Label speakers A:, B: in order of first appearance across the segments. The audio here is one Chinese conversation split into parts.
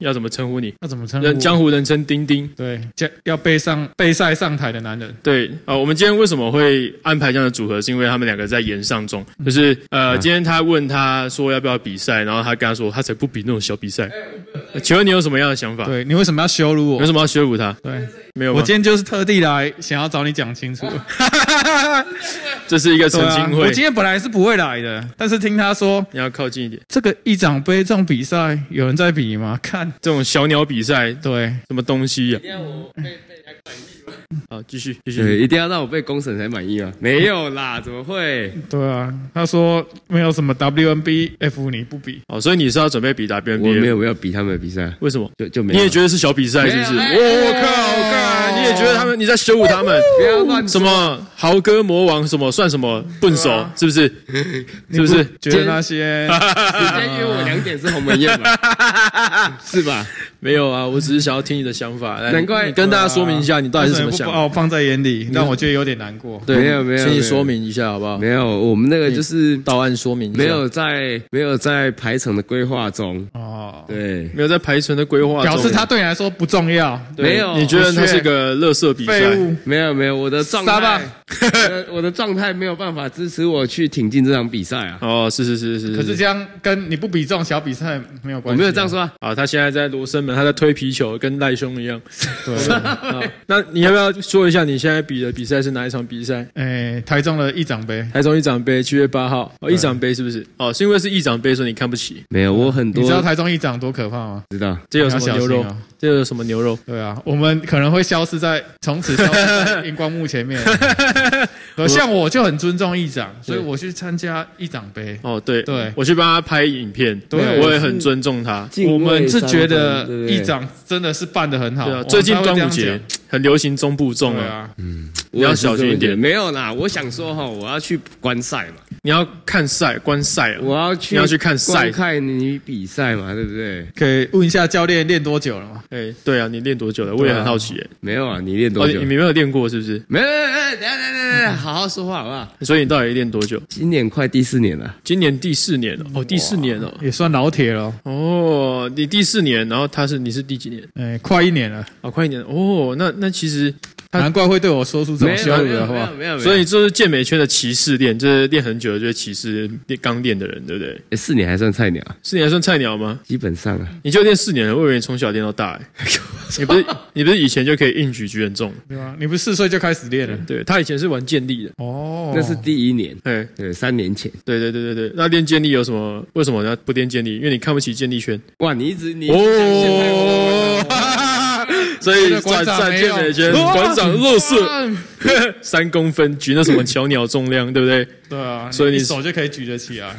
A: 要怎么称呼你？
B: 那怎么称
A: 人
B: 呼？
A: 江湖人称丁丁。
B: 对，将要被上被赛上台的男人，
A: 对，呃，我们今天为什么会安排这样的组合，是因为他们两个在言上中，
B: 嗯
A: 就是
B: 啊
A: 呃，今天他问他说要不要比赛，然后他跟他说他才不比那种小比赛。呃请问你有什么样的想法？
B: 哎对你为什么要羞辱
A: 有
B: 我？
A: 什么要羞辱他？
B: 对
A: 没有
B: 我
A: 吗？
B: 今天就是特地来想要找你讲清 楚。
A: 这是一个澄
B: 对啊，
A: 清
B: 我
A: 会，
B: 今天本来是不会来的，但是听他说
A: 你要靠近一点。
B: 这个一长杯这种比赛有人在比吗？看，
A: 这种小鸟比赛，
B: 对，
A: 什么东西呀、好，继续继续。
C: 对，一定要让我被公审才满意 吗？没有啦，怎么会？
B: 对啊，他说没有什么 WNBF 你不比，
A: 好，所以你是要准备比 WNBA？
C: 我没有要比他们的比赛，
A: 为什么？
C: 就就没有。
A: 你也觉得是小比赛是不是？
C: 没有
A: 我靠，我靠！你也觉得他们你在羞辱他们？
C: 不要乱
A: 什么豪哥魔王什么算什么笨手
C: 啊
A: 是不 是？是不是？
B: 觉得那些
C: 直接约我两点是鸿门宴吧？ 是吧？
A: 没有啊，我只是想要听你的想法。来
C: 难怪啊
A: 你跟大家说明一下，你 到底是什么想法？
B: 不
A: 嗯
B: 把我放在眼里，让我觉得有点难过。
A: 对，
C: 没有没有
A: 请
C: 没
A: 你
C: 有
A: 说明一下好不好？
C: 没有，我们那个就是
A: 到案说明一下
C: 没有在没有在排程的规划中。
B: 哦，
C: 对，
A: 没有在排程的规划中，
B: 表示他对你来说不重要，
A: 对
C: 没有
A: 你觉得他是个乐色比赛？
B: 废物。
C: 没有没有，我的状
B: 杀
C: 态
B: 吧，
C: 我的我的状态没有办法支持我去挺进这场比赛啊。
A: 哦，是是是是
B: 可是这样跟你不比这种小比赛没有
C: 我
B: 关系。
C: 没有这样，说啊，
A: 啊，他现在在罗生门，他在推皮球，跟赖兄一 样。
B: 对，
A: 啊，那你要不要说一下你现在比的比赛是哪一场比赛？
B: 哎，台中的一长杯，
A: 台中一长杯，七月八号。哦，一长杯是不是？哦，是因为是一长杯，所以你看不起。
C: 没有，我很
B: 你
C: 多
B: 知道台中一长多可怕吗？
C: 知道
A: 这有什
B: 你
A: 么
B: 要小
A: 牛
B: 心
A: 肉？
B: 哦
A: 这有什么牛肉？
B: 对啊，我们可能会消失在从此消失在荧光幕前 面。对像我就很尊重议长，所以我去参加议长杯。
A: 哦，对
B: 对
A: 我去帮他拍影片，
B: 对
A: 我也很尊重他。
C: 敬畏
B: 我们是觉
C: 山
B: 得
C: 东对不对
B: 议长真的是办得很好。
A: 对啊，
B: 我们
A: 最近
B: 才会
A: 端午
B: 这样
A: 节
B: 讲
A: 很流行中部粽
B: 对
A: 啊，
B: 啊，
A: 你要小心一点
C: 没有啦，我想说哈，我要去观赛嘛，
A: 你要看赛观赛啊。
C: 我要去
A: 你要去看赛
C: 观看你比赛嘛，对不对？
B: 可以问一下教练练多久了吗？
A: 哎，对啊，你练多久了？我也很好奇哎。
C: 没有啊，你练
A: 哦，
C: 多
A: 你
C: 久？
A: 你没有练过是不是？
C: 没有没有没有，等一下等一下等一下，好好说话好不好？
A: 所以你到底练多久？
C: 今年快第四年了，
A: 今年第四年
B: 嗯
A: 了哦，第四年了。
B: 也算老铁了哦，
A: 哦，你第四年，然后他是你是第几年？
B: 哎，快一年了，
A: 啊，快一年哦。那那其实，他
B: 难怪会对我说出这
C: 啊没
B: 种
C: 有
B: 羞
C: 没
B: 辱的
C: 有没
B: 话
C: 有。没有，
A: 所以就是健美圈的骑士练，就是练很久的就是骑士练刚练的人，对不对？
C: 诶四年还算菜鸟啊，
A: 四年还算菜鸟吗？
C: 基本上啊，
A: 你就练四年了，我以为你从小练到大、 欸。你不是你不是以前就可以硬举举很重？
B: 对吧？你不是四岁就开始练了？
A: 对他以前是玩健力的。
B: 哦，
C: 那是第一年，
A: 哎，
C: 对，三年前。
A: 对对对对对，那练健力有什么？为什么人家不练健力？因为你看不起健力圈
C: 哇，你一直你
A: 哦， 所以转战健美 圈，馆长弱色 三公分，举那什么小鸟重量，对不 对？
B: 对啊，
A: 所以你
B: 你手就可以举得起来。啊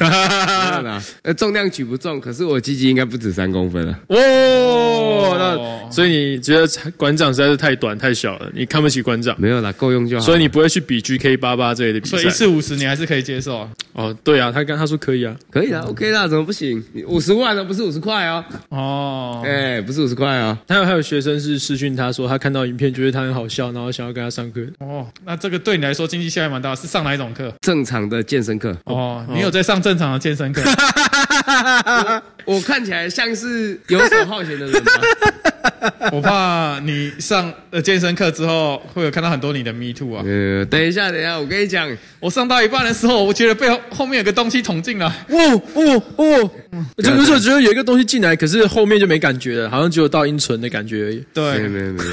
C: 没有啦，呃，重量举不重，可是我鸡鸡应该不止三公分了。
A: 哦，那所以你觉得馆长实在是太短太小了，你看不起馆长，
C: 没有啦，够用就好。
A: 所以你不会去比 GK 八八之类的比
B: 嗯所以一
A: 赛。
B: 次五十你还是可以接受啊？
A: 哦，对啊，他刚他说可以啊，
C: 可以啦，OK 啦，怎么不行？五十万了，不是五十块哦，
B: 哦，
C: 哎，不是五十块哦，
A: 他有还有学生是私讯他说他看到影片觉得他很好笑，然后想要跟他上课。
B: 哦，那这个对你来说经济效益蛮大，是上哪一种课？
C: 正常的健身课。
B: 哦，你有在上正常的 健身课？
C: 我看起来像是游手好闲的人 吗？
B: 我怕你上了健身课之后，会有看到很多你的 me too 啊。
C: 呃，等一下，等一下，我跟你讲，
B: 我上到一半的时候，我觉得被后后面有个东西捅进来，
A: 哦哦哦！我就有时候觉得有一个东西进来，可是后面就没感觉了，好像只有到阴唇的感觉而已。
C: 没有
B: 对，
C: 没有没有，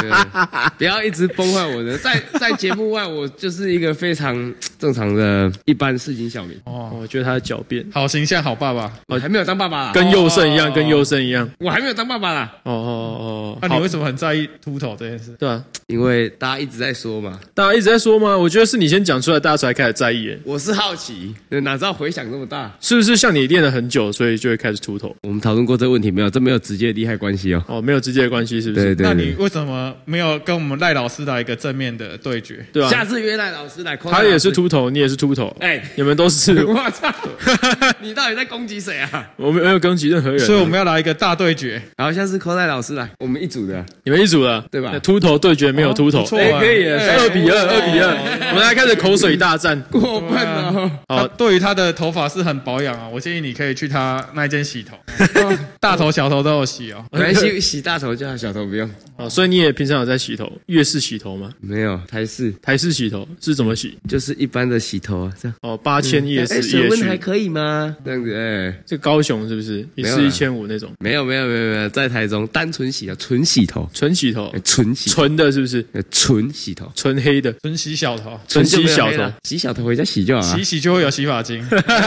C: 对不要一直崩坏我的，在在节目外，我就是一个非常正常的一般市井小民，
A: 哦，我觉得他的狡辩，
B: 好形象，好爸爸。
C: 我还没有当爸爸啦，
A: 跟佑胜一样，
B: 哦
A: 跟佑胜一样。
C: 我还没有当爸爸啦，
A: 哦哦哦，
B: 那、你为什么很在意秃头这件事？
A: 对啊，
C: 因为大家一直在说嘛，
A: 大家一直在说吗？我觉得是你先讲出来，大家才开始在意耶。
C: 我是好奇，哪知道回响这么大？
A: 是不是像你练了很久，所以就会开始秃头？
C: 我们讨论过这个问题没有？这没有直接利害关系哦。
A: 哦，没有直接的关系，是不
C: 对
A: 是？
C: 对
B: 那你
C: 对，
B: 为什么没有跟我们赖老师来一个正面的对决？
A: 对
C: 下
A: 啊，
C: 次约赖老师来，
A: 他也是秃秃头，你也是秃头，
C: 哎
A: 你们都是，
C: 我操！你到底在攻击谁啊？
A: 我们没有攻击任何人啊，
B: 所以我们要来一个大对决，
C: 好，下次 c o 老师来，我们一组的，
A: 你们一组了，
C: 对吧
A: 那秃头对啊决没有秃头
B: 不，错
C: 哎可以耶
A: 二比二，二比二，
C: 哎
A: 我们来开始口水大战。
C: 过分 了。
B: 他
A: 好
B: 对于他的头发是很保养啊，我建议你可以去他那一间 洗头，大头小头都有洗哦。
C: 本来洗洗大头就好，小头不用。
A: 啊，所以你也平常有在洗头，粤式洗头吗？
C: 没有台式，
A: 台式洗头是怎么洗？
C: 就是一般的洗头啊，这样。
A: 哦，八千夜
C: 哎，
A: 市
C: 水
A: 夜
C: 温还
A: 市，
C: 可以吗？这样子，哎，
A: 这高雄是不是一
C: 没
A: 次
C: 有
A: 一
C: 啦
A: 千五那种
C: 没有没有没有没有，在台中单纯洗头，啊纯洗头，
A: 纯洗头
C: 哎，纯洗头，
A: 纯的是不是？
C: 哎纯洗头，
A: 纯黑的，
B: 纯洗小头，
A: 纯洗小
C: 就没有黑
A: 头
C: 了，洗小头回家洗就好啊了
B: 洗一。洗就会有洗 发精，哎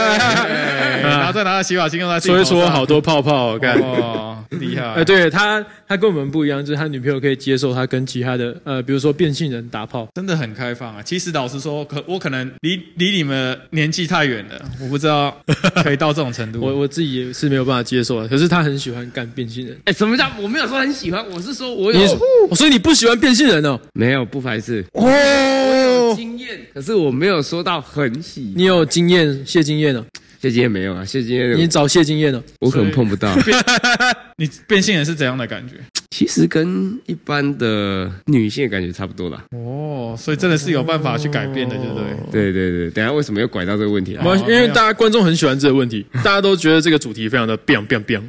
A: 啊
B: 然后再拿着洗发精用在自己
A: 搓
B: 头
A: 一
B: 上
A: 搓好多泡泡，干。
B: 哦，厉害！
A: 哎，对他，他跟我们不一样，就是他女朋友可以接受他跟其他的，呃，比如说变性人打炮。
B: 真的很开放啊。其实老实说，可我可能离离你们年纪太远了，我不知道可以到这种程度。
A: 我我自己也是没有办法接受的，可是他很喜欢干变性人。
C: 哎，什么叫我没有说很喜欢？我是说我
B: 哎
A: 你
C: 有
A: 哦所以你不喜欢变性人哦？
C: 没有不排斥
A: 哦，
C: 经验，可是我没有说到很喜。
A: 你有经验，谢经验哦，
C: 谢金燕没有啊，谢金
A: 你
C: 燕
A: 找谢经验哦。
C: 我可能碰不到。
B: 你变性人是怎样的感觉？
C: 其实跟一般的女性感觉差不多啦。
B: 哦，所以真的是有办法去改变的，对不对？
C: 对对对，等一下为什么又拐到这个问题
A: 没
B: 哦
C: 啊？
A: 关系，因为大家观众很喜欢这个问题，大家都觉得这个主题非常的 biang biang biang。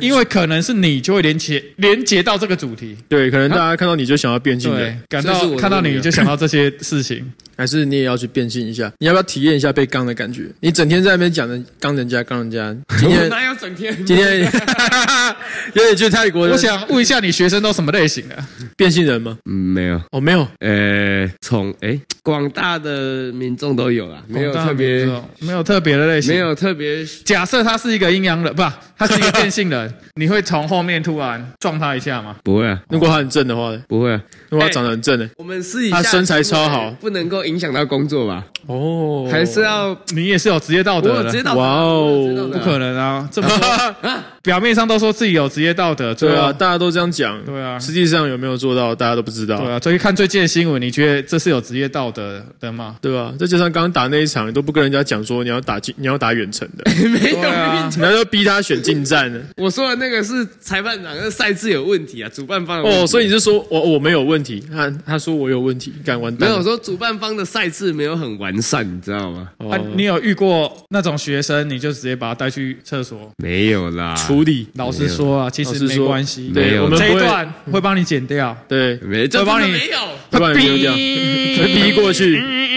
B: 因为可能是你就会连接连接到这个主题，
A: 对，可能大家看到你就想要变性
B: 对
A: 人，，
B: 感
C: 这是我
B: 到
C: 的啊
B: 看到
C: 目
B: 你
C: 标
B: 就想到这些事 情，
A: 还是你也要去变性一下？你要不要体验一下被刚的感觉？你整天在那边讲的刚人家刚人家，今
C: 我
A: 天
C: 哪有整天？
A: 今天有点去泰
C: 呃
A: 国，
B: 我想问一下，你学生都什么类型的？
A: 变性人吗？
C: 嗯，没有。
A: 哦，没有，
C: 呃，从哎，广大的民众都有啦，没有特别，
B: 没有特别的类型。
C: 没。有特别。
B: 假设他是一个阴阳人，不，他是一个变性人， 你会从后面突然撞他一下吗？
C: 不会啊，
A: 如果他很正的话呢，
C: 不会啊。
A: 如果
B: 哎
A: 他长得很正呢？
C: 我们私底
A: 他
C: 下
A: 身材超好
C: 不能够影响到工作吧？
A: 哦，
C: 还是要
B: 你也是有职业道
C: 我
B: 德
C: 有
B: 的
C: 接，到
A: 哇哦
B: 不可
C: 能
B: 能啊！这么 多表面上都说自己有职业道德，最
A: 对啊，
B: 后
A: 大家都这样讲，
B: 对啊
A: 实际上有没有做到，大家都不知
B: 对
A: 道，
B: 啊，所以看最近的新闻，你觉得这是有职业道德的吗？
A: 对啊吧？再加上刚刚打那一场，你都不跟人家讲说你要打近，你要打远程 的，
C: 没有
B: 对啊
C: 病。
A: 你要逼他选近战呢？
C: 我说的那个是裁判长，那赛制有问题啊，主办方有问题 啊
A: 哦，所以你是说我我没有问题，他他说我有问题，敢完
C: 没
A: 蛋
C: 有我
A: 了？
C: 说主办方的赛制没有很完善，你知道吗？
A: 哦
B: 啊，你有遇过那种学生，你就直接把他带去厕所？
C: 没有啦，
A: 处理
B: 老实说啊，其
A: 老
B: 实
A: 实
B: 没
A: 说嗯
B: 关系，
A: 对
C: 没有
A: 我们
B: 这
A: 不
B: 一
A: 会
B: 段会帮你剪掉。
A: 对，
C: 没，这
B: 我帮
C: 真的
B: 你
C: 没有。
A: 会把你丢掉，会逼过去。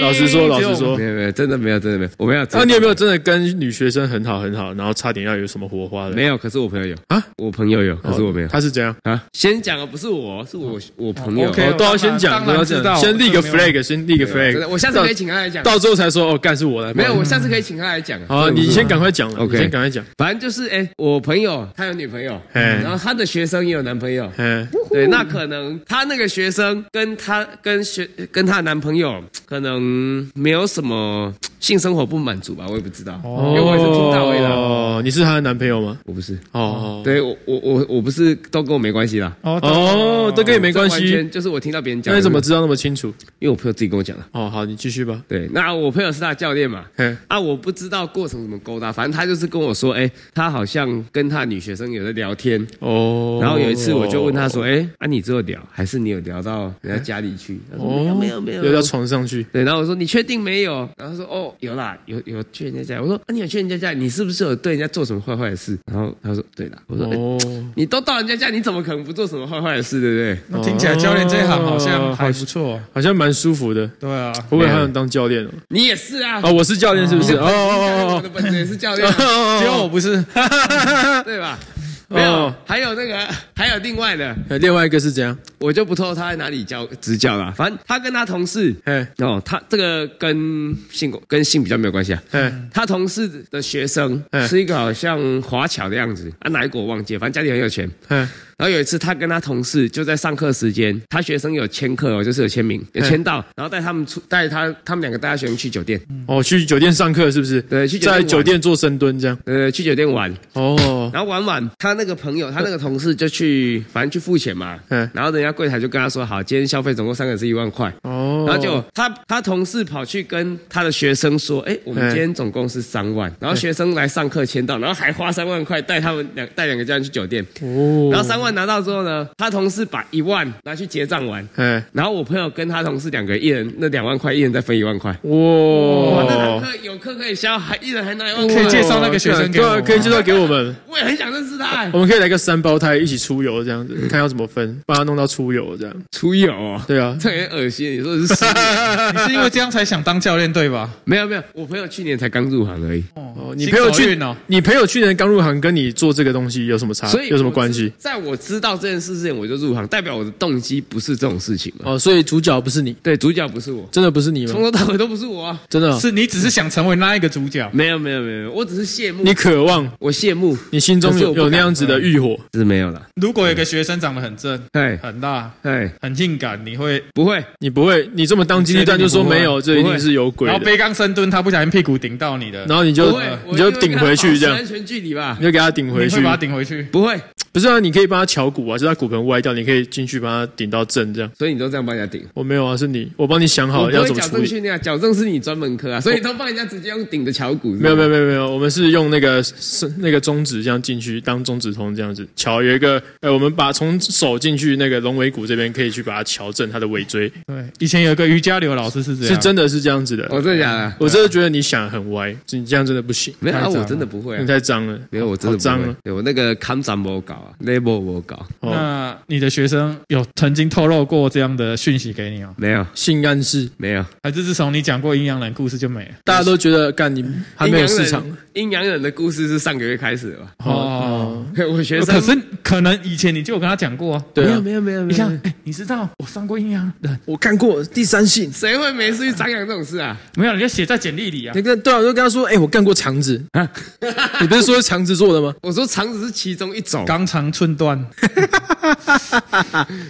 A: 老实说，老实说
C: 没，有没有，真的没有，真的没有，我没有。
A: 那啊你有没有真的跟女学生很好很好，然后差点要有什么火花的？
C: 没有，可是我朋友有
A: 啊，
C: 我朋友有，可是我没有
A: 他是怎样？
C: 啊。先讲啊，不是我，是我我朋友。
B: OK
A: 哦，都要先
B: 当
A: 讲，
B: 然
A: 都要
B: 知道
A: 讲，先立个
B: 这没有
A: flag，先立个
C: 真的
A: flag。
C: 我下次可以请他来讲。
A: 到最后才说哦，干是我来。
C: 没有，我下次可以请他来讲。
A: 好啊，
C: 这个不
A: 你
C: 是
A: 先赶快讲了，
C: OK
A: 你先赶快讲。
C: 反正就是，哎，我朋友他有女朋友，
A: 嘿
C: 然后他的学生也有男朋友。
A: 嗯，
C: 对，那可能他那个学生跟他跟学跟她男朋友可能没有什么性生活不满足吧，我也不知道，因为我也是听到而已啦。
A: 哦，你是她的男朋友吗？
C: 我不是，
A: 哦，
C: 对我我我我不是都跟我没关系啦，
B: 哦
A: 哦，这跟你没关
C: 这完
A: 系。
C: 全就是我听到别人讲。
A: 那你怎么？知道那么清楚？
C: 因为我朋友自己跟我讲的。
A: 哦，好，你继续吧。
C: 对，那我朋友是他的教练嘛，
A: 嘿，
C: 啊，我不知道过程怎么勾搭，反正他就是跟我说，哎、他好像跟他女学生有在聊天，
A: 哦，
C: 然后有一次我就问他说，哎、啊，你只有聊，还是你有聊到人家家里去？他
A: 哦
C: 说没有没有没有，
A: 要到床上去。
C: 对，然后我说你确定没有？然后他说哦，有啦，有有去人家家里。我说啊，你有去人家家里，你是不是有对人家做什么坏坏的事？然后他说对啦。我说、哎
A: 哦，
C: 你都到人家家，你怎么可能不做什么坏坏的事，对不对？
B: 那哦听起来教练这一行好像还不错。
A: 好像蛮舒服的。
B: 对啊，
A: 我也还想当教练哦。
C: 你也是啊，
A: 哦，我是教练是不是？哦
C: 我
A: 哦
C: 的
A: 哦
C: 本职也是教练啊、
A: 哦，
B: 结 果我不是，
C: 对吧？
A: 哦
C: 没有，还有那个，还有另外的，
A: 哎另外一个是怎样？
C: 我就不透露他在哪里教执教啦。反正他跟他同事，
A: 嘿，
C: 哦，他这个跟性跟性比较没有关系啊。
A: 嘿，
C: 他同事的学生
A: 嗯
C: 是一个好像华侨的样子，啊，哪一国我忘记了，反正家里很有钱。
A: 嘿，
C: 然后有一次，他跟他同事就在上课时间，他学生有签课哦，就是有签名，有签到，
A: 嗯
C: 然后带他们出，带他他们两个带他学生去酒店，
A: 哦，去酒店上课是不是？
C: 对去酒店
A: 在
C: 玩
A: 酒店做深蹲这样。
C: 呃，去酒店玩，
A: 哦，
C: 然后玩完，他那个朋友，他那个同事就去，反正去付钱嘛。
A: 嗯
C: 嗯。然后人家柜台就跟他说，好，今天消费总共三个人是一万块。
A: 哦
C: 然后就他他同事跑去跟他的学生说，哎，我们
A: 嗯
C: 今天总共是三万，然后学生来上课签到，然后还花三万块带他们两带两个家人去酒店，
A: 哦
C: 然后三万拿到之后呢，他同事把一万拿去结账完，
A: 哎，
C: 然后我朋友跟他同事两个一人那两万块，一人再分一万块。哇，那堂
A: 哇，
C: 课有课可以消，还一人还拿一万
B: 可
C: 块，
B: 以介绍那个学生给我吗
A: 对啊可以介绍给我们，
C: 我也很想认识他、哎
A: 我们可以来个三胞胎一起出游这样子，看要怎么分，把它弄到出游这样。
C: 出友、哦，
A: 对 啊，
C: 这很恶心。你说是 失恋
B: 你是因为这样才想当教练对吧？
C: 没有没有，我朋友去年才刚入行而已，
B: 哦
A: 哦，你朋友
B: 新手
A: 去
B: 运哦，
A: 你朋友去年刚入行，跟你做这个东西有什么差？
C: 所以
A: 啊有什么
C: 我
A: 关
C: 知
A: 系？？
C: 在我知道这件事之前，我就入行，代表我的动机不是这种事情嘛。
A: 哦，所以主角不是你，
C: 对，主角不是我，
A: 真的不是你
C: 从
A: 吗？
C: 头到尾都不是我啊。
A: 真的哦，
B: 是你只是想成为那一个主角，
C: 没有没有没有没有，我只是羡慕
A: 你，渴望，
C: 我羡慕
A: 你心中
C: 可是
A: 有
C: 我不敢
A: 有那样子的欲火。
C: 是没有了。
B: 如果有一个学生长得很正、
C: 哎
B: 很大、
C: 哎，
B: 很性感，你会，
C: 不会，
A: 你不会，你这么当机立断就说没有，
B: 你
A: 这一定是有鬼
B: 然后
A: 的，
B: 背杠深蹲，他不小心屁股顶到你的，
A: 然后你就
C: 不会，
A: 你就顶回去这样
C: 安，全距离吧
A: 你。就给他顶回
B: 你
A: 去
B: 会。把他顶回去。
C: 不会，
A: 不是啊，你可以帮他敲骨啊，就是他骨盆歪掉，你可以进去帮他顶到正这样。
C: 所以你都这样帮人家顶。
A: 我没有啊，是你，我帮你想
C: 我
A: 好
C: 不
A: 要
C: 会
A: 怎么
C: 矫
A: 处
C: 正
A: 理。
C: 训练啊，矫正是你专门科啊，所以都帮人家直接用顶着敲骨。
A: 没有没有没有没有，我们是用那个是那个中指这样进去当中指通这样子敲，有一个呃，我们把从手进去那个龙尾骨这边可以去把它矫正它的尾椎，
B: 对，以前有一个瑜伽流老师
C: 啊
B: 是这样，
A: 是真的是这样子的。
C: 我哦真的假的？
A: 我真的觉得你想得很歪，你这样真的不行，
C: 没有啊，
B: 太脏了
C: 我真的不会啊
A: 你。太脏了。
C: 没有，我真
A: 好
C: 的
A: 脏
C: 不会
A: 啊。
C: 对我那个康展没搞啊，label 没搞，
A: 哦，
B: 那你的学生有曾经透露过这样的讯息给你吗？
C: 没有
A: 性暗示，
C: 没有。
B: 还是自从你讲过阴阳人故事就没了？
A: 大家都觉得干你还没有市场
C: 阴阳。人。阴阳人的故事是上个月开始的吧？
B: 哦，
A: 哦，
C: 我学生
B: 可是可能以前你就有跟他讲过啊。
A: 对啊，
C: 没有没有
B: 你
C: 没有
B: 像
C: 没有，
B: 哎、你知道我上过阴阳人
A: 我干过第三性。
C: 谁会没事去张扬这种事啊？
B: 没有？你就写在简历里啊。
A: 那个对啊，我就跟他说，哎、我干过肠子。
C: 啊
A: 你不是说是肠子做的吗？
C: 我说肠子是其中一种，
B: 肛肠寸断，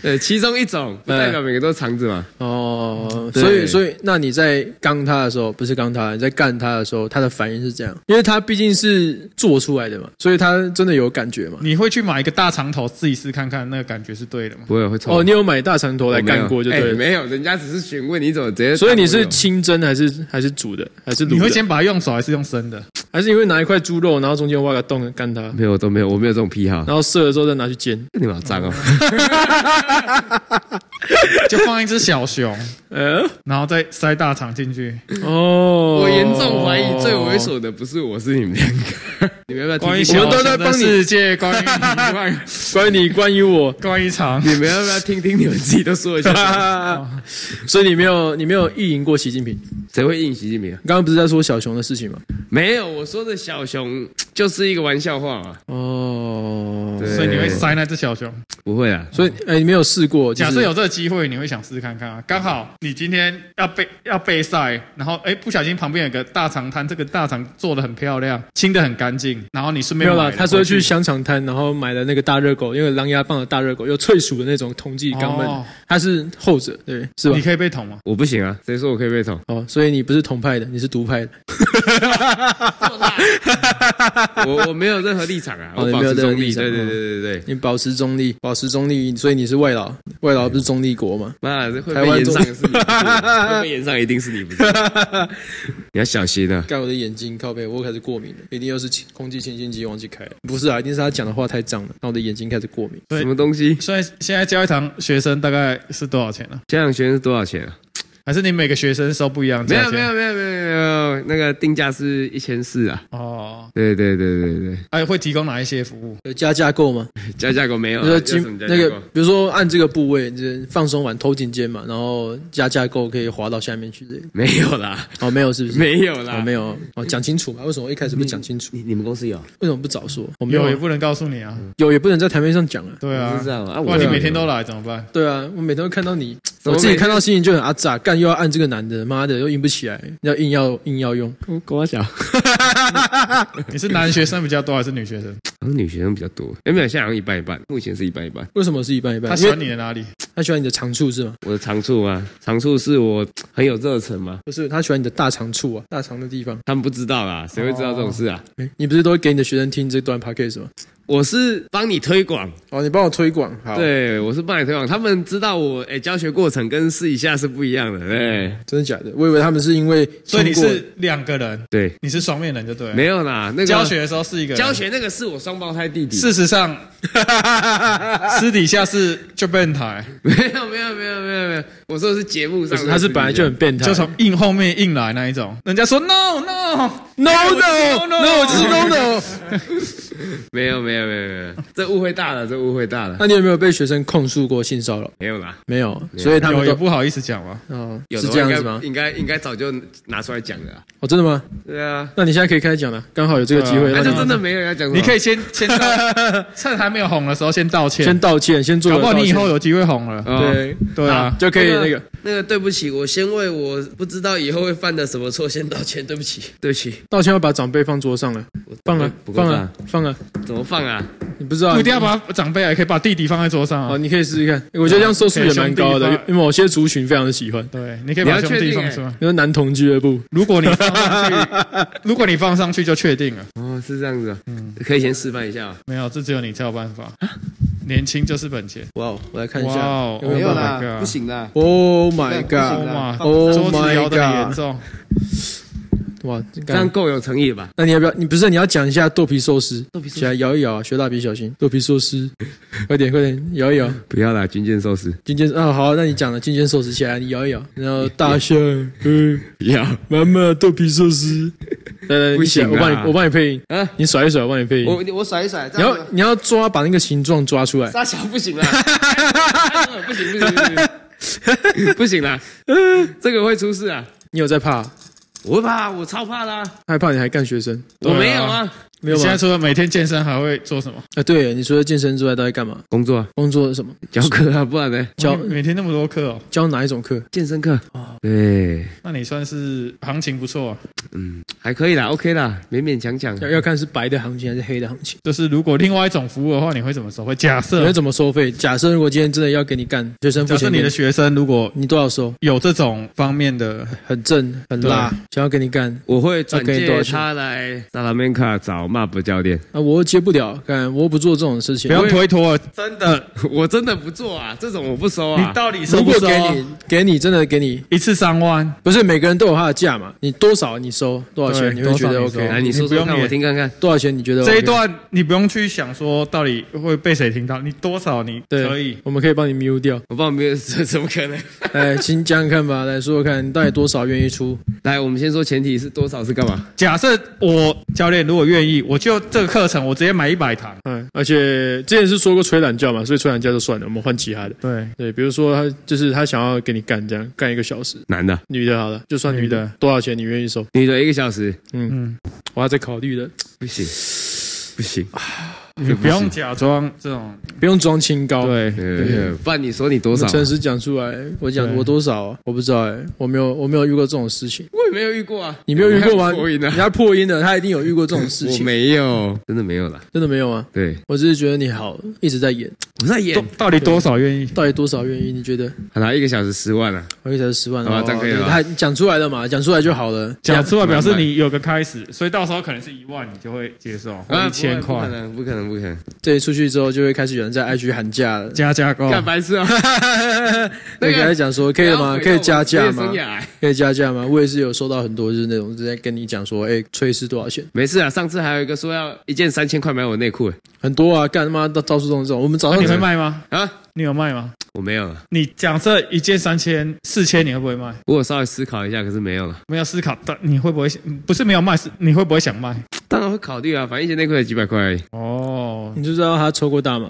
C: 对，其中一
A: 嗯
C: 种不代表每个都是肠子嘛。
A: 哦，
C: 对
A: 所以所以，那你在刚他的时候，不是刚他，你在干他的时候，他的反应是这样，因为他毕竟是做出来的嘛，所以他真的有感觉嘛。
B: 你会去买一个大肠头自己试看看，那个感觉是对的吗？
C: 不会会臭
A: 哦，你有买大肠头来干过就对
C: 哎
A: 了，
C: 没有，人家只是询问你怎么直接。
A: 所以你是清蒸还是还是煮的还是
B: 你
A: 卤
B: 会
A: 的，
B: 先把它用手还是用生的？
A: 还是你会拿一块猪肉，然后中间挖个洞干它，
C: 没有都没有，我没有这种癖好。
A: 然后射了之后再拿去煎？
C: 你们好脏哦！
B: 就放一只小熊，
A: 呃，
B: 然后再塞大肠进去。
A: 哦，
C: 我严重怀疑最猥。琐的不是我，是你们两个。你们要不要
B: 关
C: 听
B: 于
C: 听？，
A: 我们
B: 小
A: 都
B: 熊
A: 在
B: 的
A: 帮你
B: 世界，关于，
A: 关于你，关于我
B: 关于肠
C: 你们要不要听听？你们自己都说一下。
A: 所以你没有你没有意淫过习近平。
C: 谁会应习近平？
A: 你刚刚不是在说小熊的事情吗？
C: 没有，我说的小熊就是一个玩笑话嘛。
A: 哦，
C: 对
B: 所以你会塞那只小熊。
C: 不会啊，
A: 所以哎、你没有试过？就
B: 假
A: 是
B: 设有这个机会，你会想试试看看啊。刚好你今天要备要备赛，然后哎、不小心旁边有个大肠摊，这个大肠做的很漂亮，清的很干净，然后你顺
A: 没
B: 便
A: 有
B: 买
A: 啦，
B: 了
A: 他说
B: 回
A: 去香肠摊，然后买了那个大热狗，因为狼牙棒的大热狗有脆薯的那种同济肛门，
B: 哦
A: 他是后者，对，是吧？
B: 你？可以被捅吗？
C: 我不行啊。谁说我可以被捅
A: 哦，所以你不是同派的，你是独派的。
C: 我我没有任何立场啊，
A: 哦
C: 我
A: 你
C: 保
A: 没有
C: 持
A: 任何
C: 中
A: 立
C: 立。
A: 场
C: 对对
A: 哦
C: 对对对，
A: 你保持中立，保持中立，所以你是外劳，外劳不是中立国嘛？
C: 妈的，会
A: 台
C: 被
A: 湾
C: 延
A: 中
C: 上的是你，不是我会被延上一定是你，不是我？你要小心啊！
A: 盖我的眼睛，靠背，我开始过敏了，一定又是清空气清新机忘记开了。不是啊，一定是他讲的话太脏了，让我的眼睛开始过敏。
B: 对
C: 什么东西？
B: 所以现在教一堂学生大概是多少钱呢、
C: 家长学生是多少钱啊？
B: 还是你每个学生收不一样的
C: 没
B: 价
C: 有
B: 钱？
C: 没有没有没有没有，那个定价是一千四啊。
B: 哦，
C: 对对对对对，
B: 哎，会提供哪一些服务？
A: 有加价购吗？
C: 加价狗没有
A: 比如说
C: 啊？
A: 筋
C: 有什么加
A: 那
C: 价
A: 个
C: 狗，
A: 比如说按这个部位，就是放松完头颈肩嘛，然后加架构可以滑到下面去之类的。
C: 没有啦，
A: 哦，没有是不是？
C: 没有
A: 我、哦、
C: 啦，
A: 没有哦，讲清楚嘛？为什么我一开始不讲清楚？
C: 你你们公司有？
A: 为什么不早说？我没有嗯
B: 有
A: 啊
B: 也不能告诉你啊。
A: 有也不能在台面上讲啊。
B: 对啊
C: 是这，样啊？
B: 不
C: 我
B: 然你
A: 对啊
B: 每天都来怎么办？
A: 对啊，我每天都看到你，
C: 怎
A: 我
C: 么
A: 自己
C: 每天
A: 看到心情就很阿炸，干又要按这个男的，妈的又硬不起来，要硬要硬要用。
C: 跟我讲，
B: 你是男学生比较多还是女学 生？
C: 好像女学生比较多，哎，没有，现在好像一半一半，目前是一半一半。
A: 为什么是一半一半？
B: 他喜欢你的哪里？
A: 因为他喜欢你的长处是吗？
C: 我的长处啊，长处是我很有热忱嘛，
A: 不是，他喜欢你的大长处啊，大长的地方。
C: 他们不知道啦，谁会知道这种事
D: 哦
C: 啊？
A: 诶你不是都会给你的学生听这段 podcast 吗？
C: 我是帮你推广，
A: 哦，你帮我推广，好，，
C: 对我是帮你推广，他们知道我哎教学过程跟试一下是不一样
D: 嗯
C: 的，对
A: 真的假的？我以为他们是因为
B: 所以你
A: 通过
B: 是两个人，
C: 对，
B: 你是双面人就对了。
C: 没有啦，那个
B: 教学的时候是一个人
C: 教，学那个是我双胞胎弟弟，
D: 嗯
B: 事 实上私底下是就变态，
C: 没有没有没有没有没有，我说的是节目
D: 不
C: 上
D: 是
C: 的啊
D: 他是
C: 不一样
D: 本来就很变态，
B: 就从硬后面硬来那一种。人家说 no
D: no
B: no，
D: no
B: No, no,
D: no，就是 no no。
C: 没有没有没有没有，这误会大了，这误会大了，
A: 那你有没有被学生控诉过性骚扰？
C: 没有啦，
A: 没有，所以他
B: 有
A: 们
B: 也
A: 都
B: 不好意思讲嘛。
A: 哦，
C: 有
A: 是
C: 的
A: 这样
C: 话
A: 子吗？
C: 应该应该应该早就拿出来讲的啊，
A: 哦，真的吗？
C: 对啊，
A: 那你现在可以开始讲了，刚好有这个机会，
C: 那
A: 让
C: 就
A: 你
C: 啊真的没有人要讲什
A: 啊
C: 么，
B: 你可以先先道 趁还没有红的时候先道歉
A: 先，道歉，先做
B: 搞
A: 个
B: 不
A: 道
B: 好
A: 歉。嗯
B: 你以后有机会红了。
C: 哦
A: 对
B: 对啊，
A: 就可以那个
C: 那个对不起，我先为我不知道以后会犯的什么错先道歉，对不起，对不起，
A: 道歉要把长辈放桌上了，
C: 我
A: 放了
C: 不，够
A: 放啊
C: 大
A: 了，，放了，
C: 怎么放啊？
A: 你不知道
B: 不一定要把长辈啊，也可以把弟弟放在桌上
A: 哦，
B: 啊。
A: 你可以试试看，我觉得这样收视也蛮高的，
B: 可以
A: 因为某些族群非常的喜欢，
B: 对，你可以把兄弟放
C: 你要确定
B: 上。
A: 比如说男童俱乐部，
B: 如果你 放上去，如果你放上去就确定了，
C: 哦，是这样子、啊，
A: 嗯
C: 可以先示范一下、啊。
B: 没有，这只有你才有办法。年轻就是本钱。
C: 哇哦，
A: 我来啊看一
B: 哇
A: 下
B: 哦
A: 有没有办法。
B: Oh my god
C: 行啦，
A: Oh my
C: 不
B: Oh
A: god！
C: 行
B: 嘛，
A: Oh
B: 桌子摇的
A: my
B: 很
A: god
B: 严重。
A: 哇，这
C: 这样
A: 干
C: 够有诚意吧？
A: 那你要不要？你不是你要讲一下豆皮寿司？
C: 豆皮寿司
A: 起来摇一摇啊，学蜡笔小新，豆皮寿 司，快点快点摇一摇。
C: 不要啦，军舰寿司，
A: 金坚啊，好，那你讲了金坚寿司起来，你摇一摇，然后大象，嗯，
C: 不要
A: 妈妈豆皮寿司，来来，
C: 不
A: 你起来，
C: 行
A: 我
C: 啊
A: 帮你，我帮你配音，
C: 啊！
A: 你甩一甩，我帮你配音。
C: 我我甩一甩，这
A: 你
C: 样
A: 要你要抓，把那个形状抓出来。
C: 沙小不行啦， 不行不行不行，不行啦，这个会出事啊！
A: 你有在怕？
C: 我会怕，我超怕啦！
A: 害怕你还干学生？
C: 我没有啊，
A: 没有
B: 你
A: 吗
B: 现在？除了每天健身，还会做什么？
A: 啊，对，你除了健身之外，都在干嘛？
C: 工作啊
A: 工作是什么？
C: 教课啊，不然呢？
A: 教
B: 哇你每天那么多课哦，
A: 教哪一种课？
C: 健身课哦，对，
B: 那你算是行情不错啊。
C: 嗯，还可以啦，OK 啦，勉勉强强。
A: 要要看是白的行情还是黑的行情。
B: 就是如果另外一种服务的话，你会怎么收费？假
C: 啊
A: 你
B: 设
A: 会怎么收费？假设如果今天真的要给你干，学生
B: 假
A: 付
B: 设
A: 钱
B: 你
A: 给
B: 的
A: 你，
B: 学生如果
A: 你多少收？
B: 有这种方面的，
A: 很正，很辣，想要给你干，
C: 我会转
A: OK，多
C: 介
A: 少钱
C: 他来萨拉曼卡找 MAP 教练，
A: 啊，我又接不了，干，我又不做这种事情
B: 不。要推脱，真的，
C: 我真的不做啊，这种我不收
B: 你
C: 啊。
B: 到底收
A: 如
B: 不
A: 果
B: 收
A: 给？你给你真的给你，
B: 一次三万，
A: 不是每个人都有他的价嘛？你多少你收多少钱，
B: 对
A: 你会觉得
B: 多少你收
C: 来，
B: 哎
A: OK？
C: 你说
B: 你不
C: 说
B: 用
C: 看，我
B: 演
C: 听看看。
A: 多少钱你觉得 OK？
B: 这一段你不用去想说到底会被谁听到，你多少你
A: 对
B: 可以。
A: 我们可以帮你 mute 掉。
C: 我帮没有，这怎么可能？
A: 哎，请讲讲看吧，来说说看，你到底多少愿意出？
C: 来，我们先说前提是多少是干嘛？
B: 假设我教练如果愿意，我就这个课程我直接买一百堂。
D: 嗯，而且之前是说过吹懒觉嘛，所以吹懒觉就算了，我们换其他的。
B: 对，
D: 对，比如说他就是他想要给你干这样干一个小时，
C: 男的，
D: 女的好了，就算女的
A: 嗯
B: 女
D: 多少钱你愿意收？
C: 女的一个小时
B: 嗯，
D: 我还在考虑的，
C: 不行，不行，
B: 你不用假装这种。
A: 不用装清高。
B: 对，
C: 呃，不然你说你多少啊？
A: 诚实讲出来，我讲
B: 对
A: 我多少啊？我不知道哎，我没有我没有遇过这种事 情。
C: 我也没有遇过啊，
A: 你没有遇过吗？
C: 我还破音啊
A: 人家破音的，他一定有遇过这种事
C: 我
A: 情。
C: 没有，真的没有啦。
A: 真的没有吗？
C: 对，
A: 我只是觉得你好，一直在 演，
C: 我在演
B: 多，到底多少愿意？
A: 到底多少愿意？你觉得？
C: 好啦，一个小时十万啊，
A: 我一才是十万
C: 好吧
A: 哦
C: 这样可以了吧
A: 他讲出来了嘛，讲出来就好了。
B: 讲出来表示
C: 慢慢
B: 你有个开始，所以到时候可能是一万，你就会接受，或
C: 啊
B: 一千
C: 不可
B: 块
C: 能，不可能，不可能，
A: 对，出去之后就会开始有人在 IG 喊价了。
B: 加加购。
C: 干白痴啊！
A: 那个还讲说可以了吗？可以加价吗
C: 职业？生涯欸
A: 可以加价吗？我也是有收到很多，就是那种直接跟你讲说，哎，吹是多少钱？
C: 没事啊，上次还有一个说要一件三千块买我内裤欸
A: 很多啊，干他妈到到处都是这种。我们早
B: 那
A: 上
B: 你会卖吗？
C: 啊，
B: 你有卖吗？
C: 我没有了，
B: 你假设一件三千、四千，你会不会卖？
C: 我有稍微思考一下，可是没有了。
B: 没有思考，但你会不会嗯不是没有卖，是你会不会想卖？
C: 当然会考虑啊，反正一件内裤才几百块而已，
B: 哦，
A: 你就知道他抽过大麻，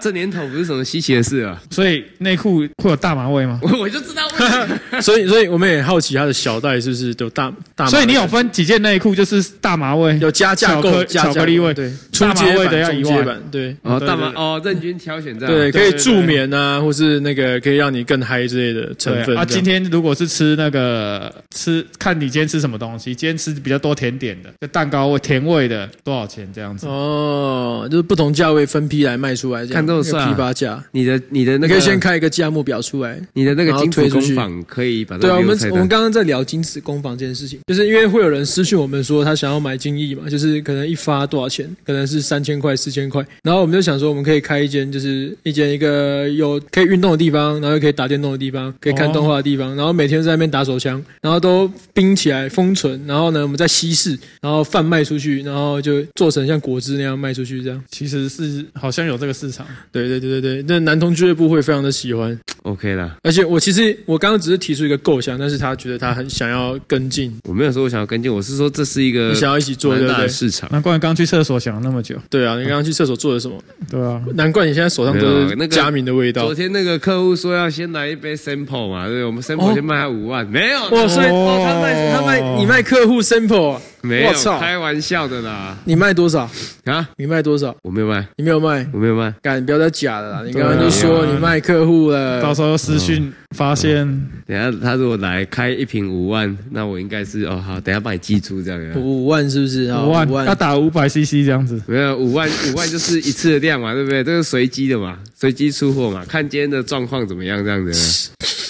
C: 这年头不是什么稀奇的事啊。
B: 所以内裤会有大麻味吗？
C: 我我就知道为什么，
D: 所以所以我们也好奇他的小袋是不是都大大码的，
B: 所以你有分几件内裤，就是大麻味，
A: 有加价
B: 巧克
A: 购，加价购
B: 巧克力味
A: 对，初
B: 大麻
A: 阶
B: 味
A: 版
B: 的要
A: 中
B: 一
A: 阶
B: 万。
A: 版，对
C: 哦，大麻
B: 对对
C: 哦，任君挑选这样，
A: 对，
E: 对，可以
B: 对
E: 助眠啊，或是那个可以让你更嗨之类的成
B: 对
E: 分。这样
B: 啊，今天如果是吃那个吃，看你今天吃什么东西，今天吃比较多甜点的，就蛋糕味甜味的多少钱这样子？
A: 哦，就是不同价位分批来卖出来，这样
C: 看都有事啊
A: 一个批发价。
C: 你的你的那
A: 你
C: 个
A: 可以先开一个价目表出来。
C: 你的那个
A: 然后
C: 金
A: 推
C: 属
A: 出去
C: 工坊可以把它
A: 对啊，我
C: 列入
A: 们
C: 菜
A: 我
C: 单
A: 们刚刚在聊金子工坊这件事情，就是因为会有人私讯我们说他想要买金翼嘛，就是可能一发多少钱，可能是三千块、四千块，然后我们就想说我们可以开一间，就是一间一个有可以运动的地方，然后又可以打电动的地方，可以看动画的地方，然后每天在那边打手枪，然后都冰起来封存，然后呢我们再稀释，然后贩卖出去，然后就做成像果汁那样卖出去这样。
B: 其实是好像有这个市场，
E: 对对对对对，那男童俱乐部会非常的喜欢。
C: OK 啦。
E: 而且我其实我刚刚只是提出一个构想，但是他觉得他很想要跟进，
C: 我没有说我想要跟进，我是说这是一个
E: 你想要一起做，
C: 呃蛮
E: 对不
C: 大
E: 对
C: 的？市场。
B: 难怪刚去厕所想了那么久。
E: 对啊，你刚刚去厕所做了什么？
B: 对啊，
E: 难怪你现在手上
C: 没
E: 都
C: 有啊那
E: 是
C: 个
E: 佳明的味道
C: 昨。天那个客户说要先来一杯 sample 嘛，对，我们 sample
E: 哦
C: 先卖他五万，没有，
E: 哇，所以
B: 哦
E: 哦，他卖他卖你卖客户 sample，啊
C: 没有
E: 我，操
C: 开玩笑的啦，
A: 你卖多少？
C: 啊，
A: 你卖多少？
C: 我没有卖，
A: 你没有卖。
C: 我没有卖，
A: 干，你不要再假了啦！你
B: 对
A: 刚
B: 啊
A: 刚就说
B: 对啊
A: 你卖客户了，
B: 到时候私讯发现，
C: 等一下他如果来开一瓶五万，那我应该是哦好，等一下帮你记住这样子。
A: 五万是不是啊？
B: 五万
A: 五万
B: 要打五百 CC 这样子。
C: 没有五万，五万就是一次的量嘛，对不对？这是随机的嘛，随机出货嘛，看今天的状况怎么样这样子。啊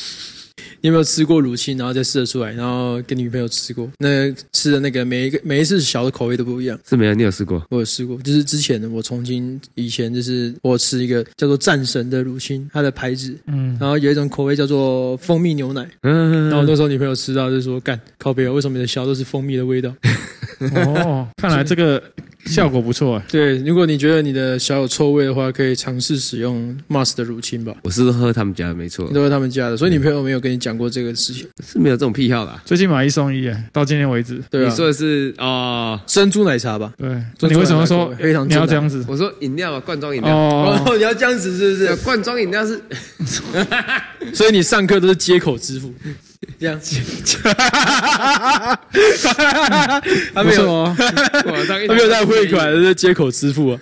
A: 你有没有吃过乳清，然后再试得出来，然后跟女朋友吃过？那吃的那个每一个每一次小的口味都不一样。
C: 是没有，你有试过？
A: 我有试过，就是之前我重庆以前就是我吃一个叫做战神的乳清，它的牌子，
B: 嗯，
A: 然后有一种口味叫做蜂蜜牛奶。
C: 嗯，
A: 然后我那时候女朋友吃到就说：“干，靠北哦，为什么你的小都是蜂蜜的 味道。
B: 哦，看来这个效果不错哎？”
A: 对，如果你觉得你的小有臭味的话，可以尝试使用 Mars 的乳清吧，
C: 我是喝他们家的，没错
A: 你，都是他们家的，所以女朋友没有跟你讲过这个事情，
C: 是没有这种癖好啦。
B: 最近买一送一哎，到今天为止。
A: 对
C: 你
A: 啊。
C: 说的是哦，
A: 珍珠奶茶吧，
B: 对，
A: 珍珠奶茶
B: 你为什么说
A: 口味非常
B: 你要
A: 正
B: 这样子？
C: 我说饮料啊，罐装饮 料。
B: 哦，
A: 哦，你要这样子是不
C: 对？罐装饮料是
A: 所以你上课都是接口 支付，这样。他
E: 不
A: 没
E: 错
A: 有，
E: 哦，
C: 我当一
E: 他没有在汇款，是接口支付啊。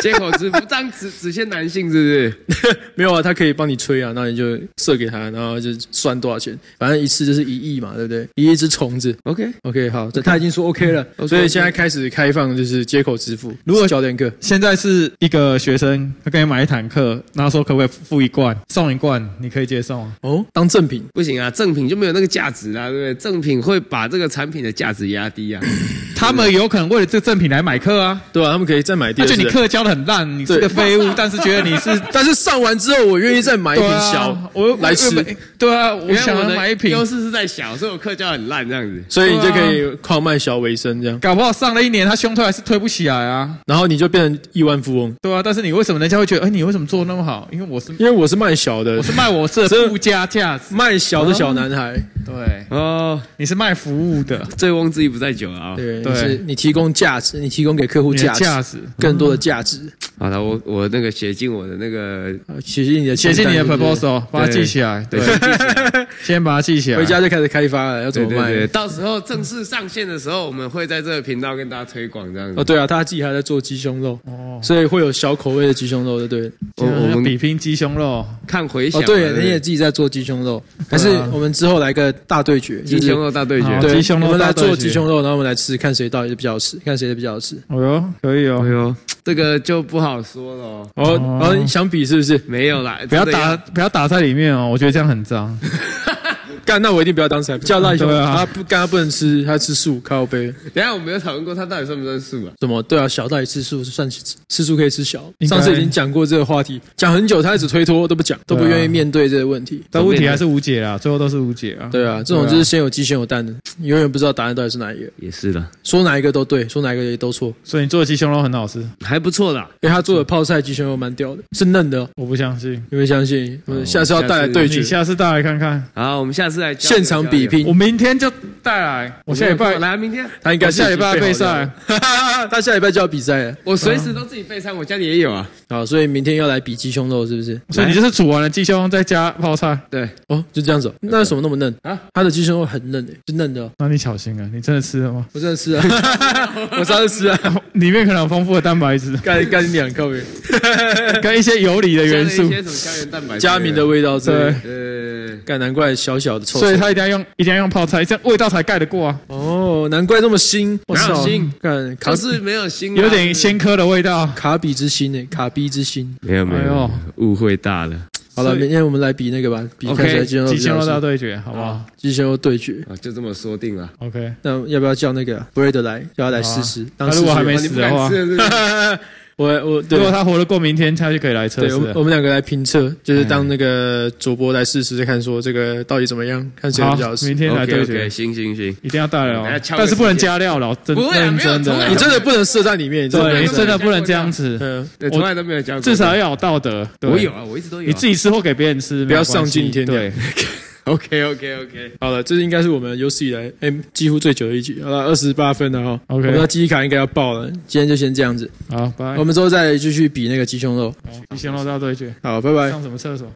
C: 接口支付，这样只只限男性是不是？
A: 没有啊，他可以帮你吹啊，那你就射给他，然后就算多少钱，反正一次就是一亿嘛，对不对？一亿只虫子。
C: OK，
A: OK，好，这他已经说 OK 了，所以现在开始开放就是接口支付。
B: 如果
A: 小点课，
B: 现在是一个学生，他给你买一堂课，然后说可不可以付一罐，送一罐，你可以接啊受吗？
A: 哦，当赠品，
C: 不行啊，正品就没有那个价值啦，对不对？正品会把这个产品的价值压低啊。
B: 他们有可能为了这个赠品来买课啊，
E: 对啊，他们可以再买第
B: 而
E: 二
B: 且
E: 次
B: 你
E: 的。
B: 课教的很烂，你是
A: 对
B: 个废物，但是觉得你是。
A: 但是上完之后，我愿意再买一
B: 对
A: 瓶
B: 啊
A: 哎小，，
B: 我
A: 来吃，
B: 我对啊，我想
C: 原
B: 要
C: 来的
B: 买一瓶
C: 优，势是在小，所以我课教很烂这样子。
E: 所以你就可以靠卖小为生这样，
B: 搞不好上了一年，他胸推还是推不起来啊，
E: 然后你就变成亿万富翁。
B: 对啊。但是你为什么人家会觉得，哎，你为什么做得那么好？因为我 是
E: 因为我是卖小的
B: 我，是卖我是
E: 这
B: 附加价值，
A: 卖小的小男孩，
B: 对，
C: 哦，
B: 你是卖服务的，
C: 醉翁之意不在酒啊、
A: 对，
B: 嗯对
A: 你是你提供价值，你提供给客户
B: 你的
A: 价值，
B: 价值，
A: 更多的价值。
C: 好了，我我那个写进我的那个，
A: 啊写进你的
B: 写进你的
A: 清单对不对
B: proposal，把它记起来，
C: 对
B: 对，先把它记起来。
A: 回家就开始开发了，要怎
C: 对
A: 么
C: 对
A: 卖？
C: 对，到时候正式上线的时候，我们会在这个频道跟大家推广这样子。
A: 哦，对啊，他自己还在做鸡胸肉，
B: 哦，
A: 所以会有小口味的鸡胸肉，对不对？
C: 我
B: 我
C: 我
B: 们
C: 们
B: 比拼鸡胸肉，
C: 看回响
A: 哦，
C: 嘛，
A: 对，
C: 不
A: 你也自己在做鸡胸肉，还是我们之后来个大对决？
C: 鸡
A: 就是
C: 胸肉大对决
B: 好。
A: 对，
B: 鸡啊胸肉
A: 我们来
B: 大对决
A: 做鸡胸肉，然后我们来吃，看谁到底是比较好吃，看谁的比较好吃。
B: 哦哟，可以
C: 哎
B: 哦，
C: 呦，这个就不好说了哦。
A: 哦，哦，你想比是不是？
C: 没有 啦，
B: 不要
C: 真的
B: 打，不要打在里面哦，我觉得这样很脏。
A: 干，那我一定不要当裁判，叫辣兄，
B: 对啊
A: 他不干他不能吃，他吃素，靠背
C: 等一下我没有讨论过它到底算不算数啊？
A: 什么？对啊，小到底吃素是算吃吃素可以吃小？
B: 应该
A: 上次已经讲过这个话题，讲很久，他一直推脱都不讲，都不
B: 对啊
A: 愿意面对这个问题。
B: 但问题还是无解啦，最后都是无解啊。
A: 对啊，这种
B: 对啊
A: 就是先有鸡先有蛋的，你永远不知道答案到底是哪一个。
C: 也是的，
A: 说哪一个都对，说哪一个也都错。
B: 所以你做的鸡胸肉很好吃，
C: 还不错啦。
A: 因为他做的泡菜鸡胸肉蛮屌的，是嫩的哦，
B: 我不相信。
A: 你们相信？我们
C: 哦
A: 下次要带来对
B: 你
A: 决。
B: 下次带来看看。
C: 好，我们下次来交流
A: 现场比，拼
B: 我，明天就带来，我
C: 交
B: 下
C: 流
B: 礼拜
C: 来啊明天
A: 他应该
B: 我
A: 是
B: 下礼拜
A: 已经
B: 备
A: 好
B: 赛
A: 了， 他下礼拜就要比赛了。
C: 我随时都自己备餐，我家里也有啊。
A: 好，所以明天要来比鸡胸肉是不是？
B: 所以你就是煮完了鸡胸再加泡菜，
C: 对，
A: 哦，就这样子、哦。那什么那么嫩
C: 啊
A: 啊？他的鸡胸肉很嫩诶、是嫩的、哦。
B: 那你小心啊！你真的吃了吗？
A: 我真的吃啊， 我上次吃啊，
B: 里面可能有丰富的蛋白质
A: 干干你两靠边。
B: 跟一些有理的元
C: 加了
B: 素
C: 一，些什么胶原蛋白之类的，
A: 佳明的味道之类的
B: 对，
C: 呃，
A: 干难怪小小的臭臭
B: 所以它一定要用，一定要用泡菜，这样味道才盖得过啊，
A: 哦，难怪这么腥，我
C: 哪有
A: 操
C: 腥，
A: 干卡
C: 可是没有新，啊
B: 有点先科的味道。
A: 卡比之心诶，卡比之心。
C: 没有没
B: 哎呦
C: 有，误会大了。
A: 好了，
B: 所以
A: 明天我们来比那个吧，比看
C: OK，
A: 起来鸡胸肉
B: 鸡
A: 比较
B: 胸
A: 好
B: 肉大
A: 吃
B: 对决，好不好
A: 鸡胸肉对决。
C: 啊，就这么说定了。
B: ？OK，
A: 那要不要叫那个 Brad 来，叫他来试试？当
B: 他
A: 试
B: 啊
A: 试
B: 如果还没
A: 员
B: 死
C: 哦你不敢
B: 的话
C: 吃了是不是
A: 我我
B: 如
A: 对
B: 果他活得过明天，他就可以来测
A: 对，
B: 试
A: 我们
B: 了。
A: 我们两个来评测，就是当那个主播来试试看，说这个到底怎么样，看谁
B: 嗯好
A: 比较好，吃。
B: 明天来
C: OK
B: 对决
C: OK，，行行行，
B: 一定要带来哦
C: 等下敲，个
B: 但是不能
C: 时间
B: 加料了，真
C: 不会啊
B: 认
C: 没有
B: 真
C: 从来
B: 的
C: 都
A: 你，真的不能射在里面，你
B: 对，
C: 没有
B: 你
A: 不能射
B: 真
A: 在
B: 的不能这样子，
A: 嗯，
C: 对，从来都没有教过，
B: 至少要有道德。对
C: 我有，啊，我一直都有啊。
B: 你自己吃或给别人吃，
A: 不要
B: 没有关系
A: 丧尽天良
B: 对，
C: OK OK OK，
A: 好了，这应该是我们有史以来 M 几乎最久的一集，好了，二十八分了哈。
B: OK
A: 我们的记忆卡应该要爆了，今天就先这样子，
B: 好，拜
A: 我。们之后再继续比那个鸡胸肉。
B: 鸡胸肉大对决，
A: 好，拜拜。
B: 上什么厕所？